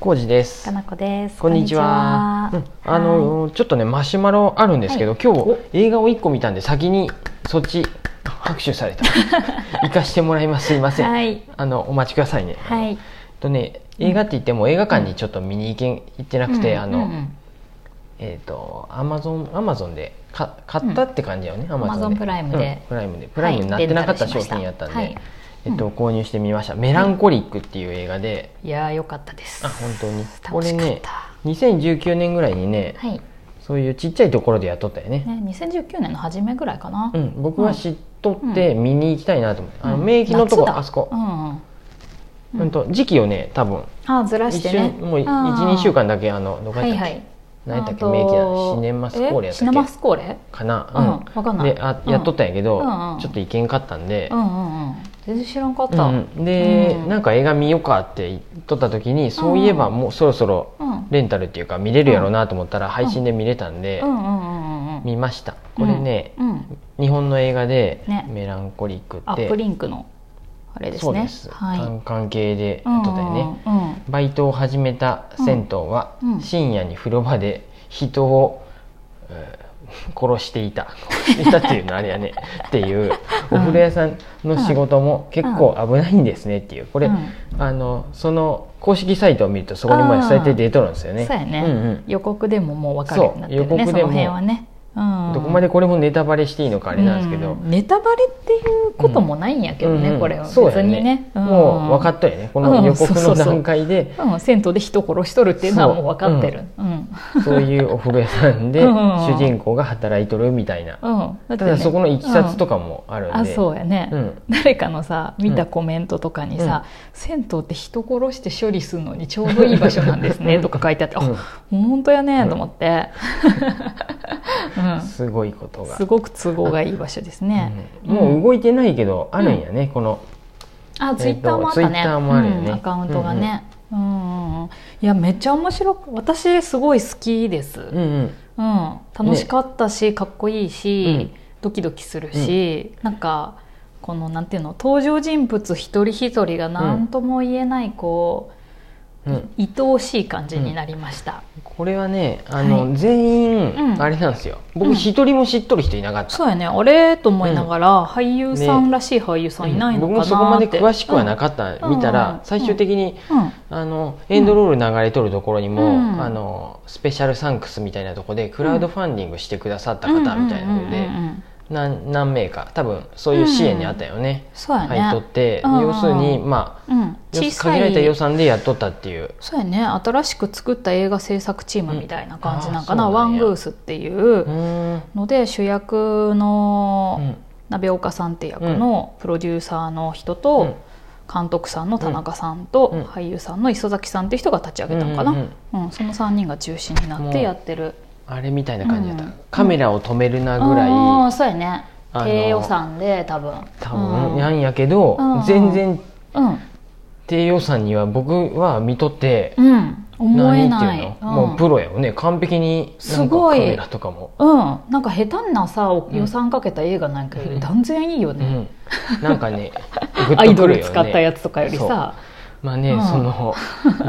コウジですか。なこです。こんにちは。こんうんにちはあのちょっとねマシュマロあるんですけど、今日映画を一個見たんで先にそっち拍手さ れた。行かしてもらいます。すいません。はいあのお待ちくださいね。はえっい。とね映画って言っても映画館にちょっと見に行け行ってなくて、うんあうの、んえっ、とアマゾンアマゾンでか買ったって感じだよね。ア Amazon プライムでプライムでプライムになってなかったレンタ商ルしました品やったんで、はいえっと購入してみました。メランコリックっていう映画で。いやー良かったです。あ本当にこ楽れしかっねた。 2019年ぐらいにね、はい。ね、そういうちっちゃいところでやっとったよね、 2019年の初めぐらいかな。うん、僕は知っとって見に行きたいなと思って、あの名義のとこ夏だあそこう、んうん。うんと時期をね多分あずら一して瞬ね。もうあー12週。間だけあのどこはやっいたっけ、はい。何やったっけあと名義だシネマスコーレやえっシたネっマけスコーレ？かな、うんわかんないであうんやっとったんやけど、うんうんちょっと行けんかったんでう、んうんうん。全然知らんかっうた。うんん。で、うんなんか映画見ようかって言っとった時にそういえばもうそろそろうんレンタルっていうか見れるやろうなと思ったら配信で見れたんで、うんうんうんうん。見ましたこれね、うん。日本の映画で「ねメランコリック」ってアップリンクのあれですね。そうです、はい。単管系でやっとったよね、うんうんうん。バイトを始めた銭湯はうん深夜に風呂場で人を、えー殺していた殺していたっていうのあれや ねっていうお風呂屋さんの仕事も結構危ないんですねっていうこれ、うんあのその公式サイトを見るとそこにも伝えて出とるんですよねそうやね、んうん予告でももう分かるようになってるねそうそ予告でもの辺はね、うん、どこまでこれもネタバレしていいのかああれなんですけど、ネタバレっていうこともないんやけどね、うんうんこれはそうや別にねんもう分かったよねこの予告うんそのうそうそう段階でうん、銭湯で人殺しとるっていうのはもう分かってるうん、うんそういうお風呂屋さんでうんうんうん主人公が働いとるみたいなだっただそこのいきさつとかかもあるんあでそうやね、うん誰かのさ見たコメントとかにさ「銭湯って人殺して処理するのにちょうどいい場所なんですね」とか書いてあって「うんあ本当やね」と思って、うん、すごいことがすごく都合がいい場所ですね。うんもう動いてないけどあるんやねこのあ、ツイッターもあったね。 Twitter もあるよねうんアカウントがね。うんうんうんいやめっちゃ面白く私すごい好きです、ううんんうん楽しかったし、かっこいいし、うんドキドキするし、なんかこのなんていうの登場人物一人一人が何とも言えないこう、うんい愛おしい感じになりました、これはねあはの全うん員あれなんですよう僕ん一人も知っとる人いなかったそうやねあれと思いながら、俳優さんらしい俳優さんいないの僕かなもって、そこまで詳しくはなかったうん見たうんら最終的にうん、うんあのエンドロール流れとるところにも、うんあのスペシャルサンクスみたいなとこでクラウドファンディングしてくださった方みたいなのうでんうんうんうんうん何何名か多分そういう支援にあったよね、そうやね、入っとって、うんうん要するにまあうん、小さ限られた予い算でやっとったっていうそうやね新しく作った映画制作チームみたいな感じなんかな、うんあーワそうなんンやグースっていううーんので主役うのん鍋岡さんって役のプロデューサーの人と監督さんの田中さんとうん俳優さんの磯崎さんって人が立ち上げたのかな、ううんんうんその3人が中心になってやってるあれみたいな感じだった、うんカメラを止めるなぐらい、あーそうやねあの低予算で多分多分なうんんやけど、うん全然うん、低予算には僕は見とって、うん、思え何ないっていうの、んもうプロやよね完璧になんすかごカいメラとかもうん、なんか下手なさうん予算かけた映画なんかより断然いいようね、ん、なんか ねグアッとくイドるルよ使ったやねつとかよりさまあね、うんその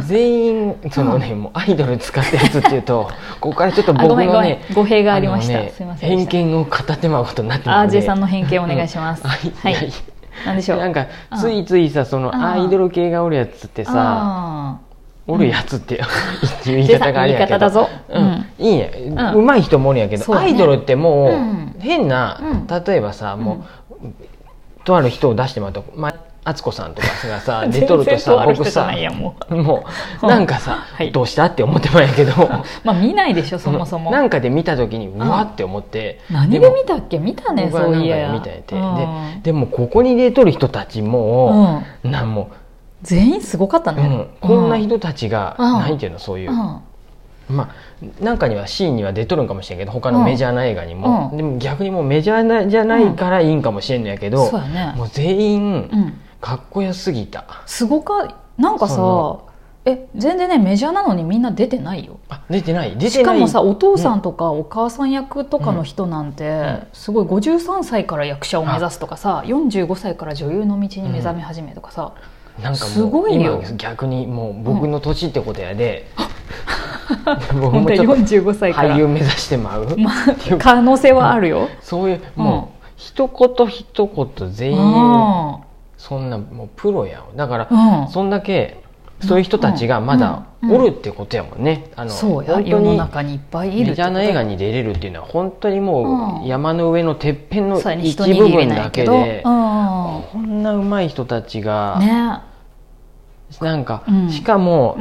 全員そのねもうアイドル使ったやつっていう とここからちょっとあご僕めんごのめんね語弊がありました、のねすいませんでし偏た見を片手間ごとになってあるーで J さんの偏見お願いします、はいはいやなんでしょうなんかうんついついさそのうんアイドル系がおるやつってさあおるやつってっていう言い J さ方んがあ言るいやけ方どだぞ、うん、いいね、ううんまい人もおるんやけど、そうねアイドルってもう、うん変な、うん例えばさもう、とある人を出してもらうと、まあ、敦子さんとかが さ出とるとさ僕僕ささないやもうもううんなんかさ、はいどうしたって思ってまん やけどまあ見ないでしょそもそも、なんかで見た時にうわって思って、何で見たっけ見たね僕はそういなやんかで見たんうやんてででもここに出とる人たちも、うんなんも全員すごかったう、うんね、こんな人たちが、うんなんていうのそういうう、んまあ、なんかにはシーンには出とるんかもしれんけど他のメジャーな映画にも、うんでも逆にもうメジャーなじゃないからいいんかもしれんのやけど、そうやねもう全員うんかっこよすぎた、すごかなんかそさのえ全然ねメジャーなのにみんな出てないよあ出てない出てないしかもさお父さんとかお母さん役とかの人なんて、んすごい53歳から役者を目指すとかさ45歳から女優の道に目覚め始めとかさ、なんかすもごうい今よ逆にもう僕の年ってことやで、僕 本も当ちにょっと45歳から俳優目指してまう、まっていあう可能性はあるよ、そういううんもう一言一言う全ん員そんなもうプロやんだからうんそんだけそういう人たちがまだうんうんおるってことやもんね。あのそうや本世当のに中にいっぱいいるメジャーな映画にに出れるっていうのは本当にもうんう山の上のてっぺんのそうやね一人部に入れ分なだいけけどでう、んこんな上手い人たちが、ねなんか、うんしかも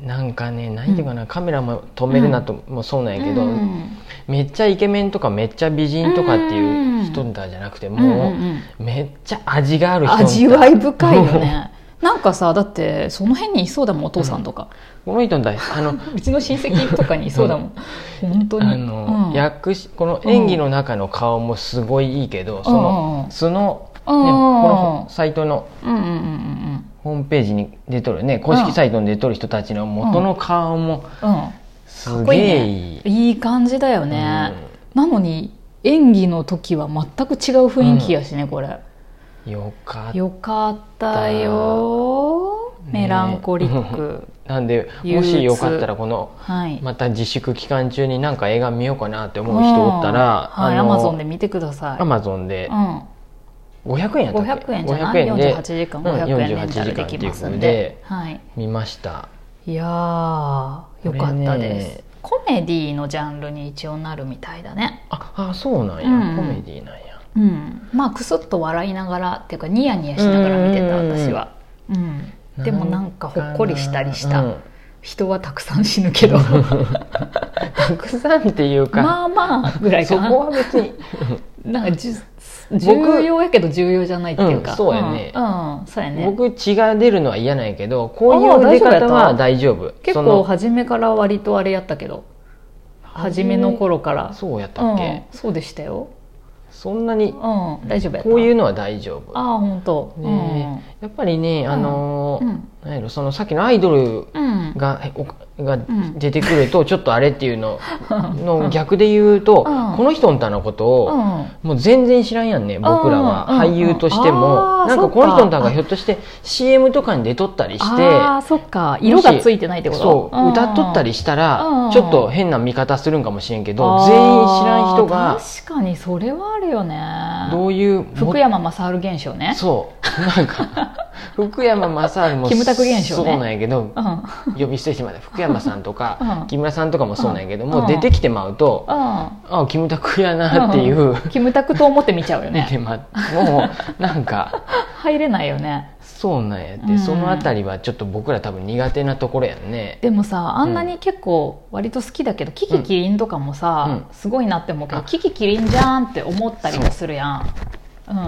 う、んなんかね何ていうかな、カメラも止めるなともそうなんやけど、うんめっちゃイケメンとかめっちゃ美人とかっていう人だじゃなくて、もう、うんうんうんめっちゃ味がある人味わい深いよもうねなんかさだってその辺にいそうだもんお父さんとか、この人に対してあ のうちの親戚とかにいそうだもん本当にあの、うん役しこの演技の中の顔もすごいいいけど、そうんうんうのん素の、ね、こうんうんうんのサイトのうんうんうんうんホームページに出とるね公式サイトに出とる人たちの元の顔もうんすげえいい。いい感じだよね、なのに演技の時は全く違う雰囲気やしね、これうんよかったよかったよねメランコリッ クなんで憂も鬱しよかったらこのはい、また自粛期間中になんか映画見ようかなって思う人おったら、うんはい、アあマのゾンで見てください、アマゾンでうん、 500円やったっけ500円じゃない500円で48時間うん500円レ48ンタルできます時間っんていうで、はことい、で見ましたいやーよかったです、これねコメディのジャンルに一応なるみたいだねああそうなんや、うんコメディなんやうんまあクスッと笑いながらっていうかニヤニヤしながら見てたうん私は、うん、でもなんかほっこりしたりした、うん人はたくさん死ぬ けどたくさんっていうか、まあまあぐらいそかこはな別になんかじゅ重要やけど重要じゃないっていうか、うんそうやねうんうんそうやね僕血が出るのは嫌なんやけどこあういう出大丈夫やった方は大丈夫結そ構の初めから割とあれやったけど初めの頃からそうやったっけ、うん、そうでしたよ、そんなにうん、大丈夫やったこういうのは大丈夫ああ本当ねやっぱりね、んあのーうんなんやろそのさっきのアイドルうん、うんがえおがん出てくるとちょっとあれっていうのうんの逆で言うと、うんこの人んたのことうを、んもう全然知らんやんね僕らは、うんうんうん俳優としても、あーなんかそっかこの人んたがひょっとして CM とかに出とったりしてああそっか色がついてないってことそう、ん歌っとったりしたうんうらんちょっと変な見方するんかもしれんけど、あー全員知らん人が確かにそれはあるよねどういうも福山雅治現象ねそうなん か福山雅治もキムタク現象ねそうなんやけどうんうん呼び捨てしてまだ福山さんと うかん木村さんとかもそうなんやけど、もんう出てきてまうと、ああキムタクやなっていう、 んキムタクと思って見ちゃうよ見ねてまもうなんか入れないよねそうなんやって、うんそのあたりはちょっと僕ら多分苦手なところやんねでもさあんなに結構割と好きだけど、キキキリンとかもさ、すごいなって思うけどあキキキリンじゃんって思ったりもするやん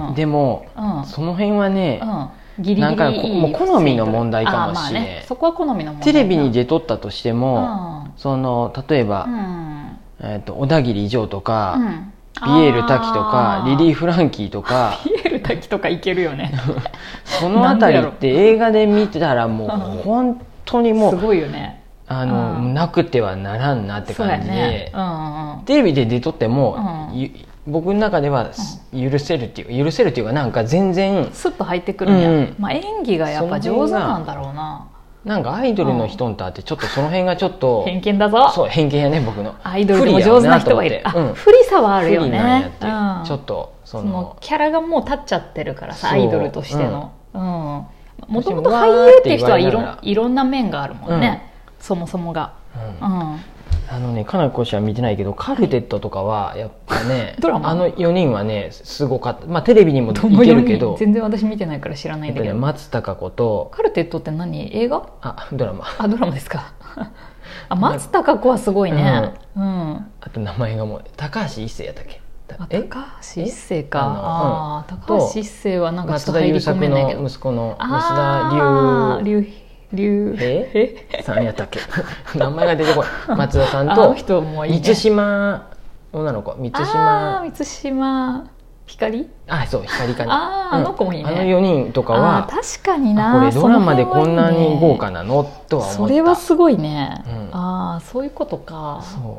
うんでも、うんその辺はね、うん、ギリギリなんかこいいもう好みの問題かもしれんあーまあそこは好みの問題テレビに出とったとしても、もその例えば、うんえー、と小田切城とか、うんビエール滝とかリリー・ーフランキーと かビエール滝とかいけるよねそのあたりって映画で見てたらもう本当に もすうごいよねあの、うんなくてはならんなってそうや感じで、ねうんうんテレビで出とっても、うんゆ僕の中では許せるっていう許せるっていうかなんか全然スッと入ってくるんや、うんうんまあ、演技がやっぱ上手なんだろうななんかアイドルの人んとあってちょっとその辺がちょっと、偏見だぞそう偏見やね僕のアイドルでも上手な人はいる不利やなと思あって不利さはあるよ不利なんやねって、うんちょっとそそののキャラがもう立っちゃってるからさそアうイドルとしてのうんもともとうわ俳ー優っってて人はいろ言われながんらいろんな面があるもんね、そもそもが、うんうん、あのねかなりこしは見てないけどカルテットとかはやっぱね ドラマあの4人はねすごかったまあテレビにもどのいけようるけにど全然私見てないから知らないやんっだぱけねど、松たか子とカルテットって何映画あドラマあドラマです かあ松たか子はすごいね、うんあと名前がもう高橋一生やったっけあえ高橋一生かああー、うん高橋一生はなんかち松ょっと田入り優込作めないけのど息子のあ松ー田龍龍龍えさんやったっけ 名前が出てこない松田さんあとの人もいい、ね、満島女の子満あー島満島ひかりあそう光かあーあの子もいいねあの4人とかあはー確かにあなこれドラマでこんなに豪華ななのとは思ったそれはすごいね、うんああそういうことかそう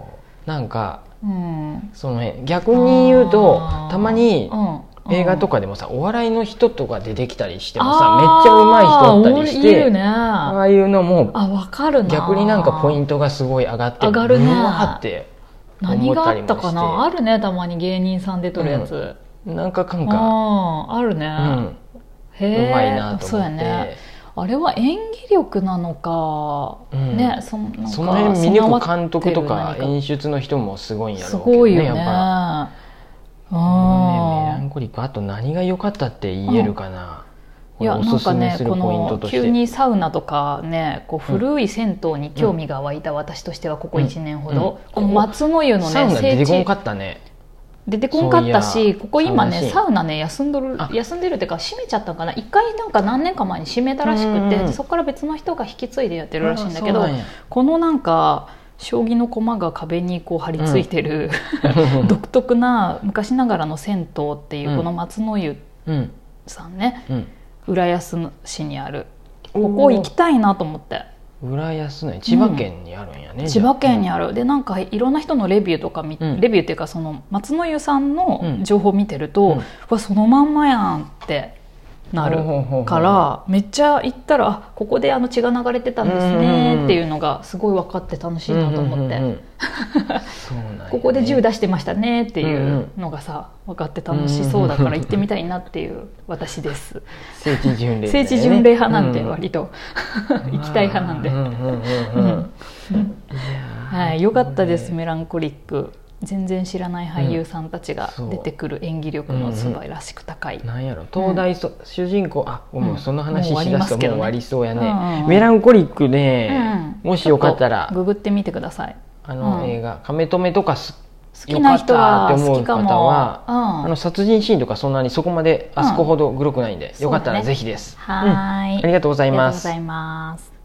なんかうんその辺逆に言うとあーたまにうんうん映画とかでもさお笑いの人とか出てきたりしてもさめっあーちゃ上手い人おったりしいるて、ねあああいうのもわかるな逆になんかポイントがすごい上がって上がるねうわーって何があっ思たかったりもなしてあるねたまに芸人さんで撮るやつ、なんかかうんん、か、あるね、うん、へうえまいなとそう思やって、ねあれは演技力なのか、うんねそんなんかその辺峰備わ子っ監督とか備わってる何か演出の人もすごいんやすろうけどごねいよねやっぱ。うもうねメランんコリックあと何が良かったって言えるかな、いやこれなおすんすかめねするこポイントのとして急にサウナとかねこううん古い銭湯に興味が湧いた私としてはここ1年ほど、うんこの松の湯のサウねナ出て聖こん地かったね出てこんかったそういしやここ今そうらしねいサウナね休んどるあ休んでるっていうか閉めちゃったんかな一回なんか何年か前に閉めたらしくうんうんてそこから別の人が引き継いでやってるらしいんだけあどそうなんやこのなんか将棋の駒が壁にこう張り付いてる、 独特な昔ながらの銭湯っていううんこの松の湯うんさんねうん浦安市にあるここ行きたいなと思って浦安の千葉県にあるんやね、千葉県にある、るでなんかいろんな人のレビューとか見うんレビューっていうかその松の湯さんうのん情報見てるうとんうわそのまんまやんってなるほうほうほうほうからめっちゃ行ったらあここであの血が流れてたんですうんうんうねんっていうのがすごい分かって楽しいなと思って。うんうんう んうんそうなんやねここで銃出してましたねっていうのがさ分かって楽しそうだから行ってみたいなっていう私です聖地巡礼、聖地巡礼派なんで割と 行きたい派なんで、うんうんううんうんんはい、よかったですメランコリック全然知らない俳優さんたちが出てくる演技力の素晴らしく高い、なんやろ東大そ、主人公あもうその話うんしだすともうもう終終わわりりそうやね、うんうんメランコリックね、うんもしよかったらちょとググってみてくださいあのうん映画「亀止め」とかす好きな人はよかったって思好うきか方もはあうんの殺人シーンとかそんなにそこまであそこほどグロくないんで、うんよかったらそうだぜねひです、はーい、ありがとうござあいりがとまうごすざいます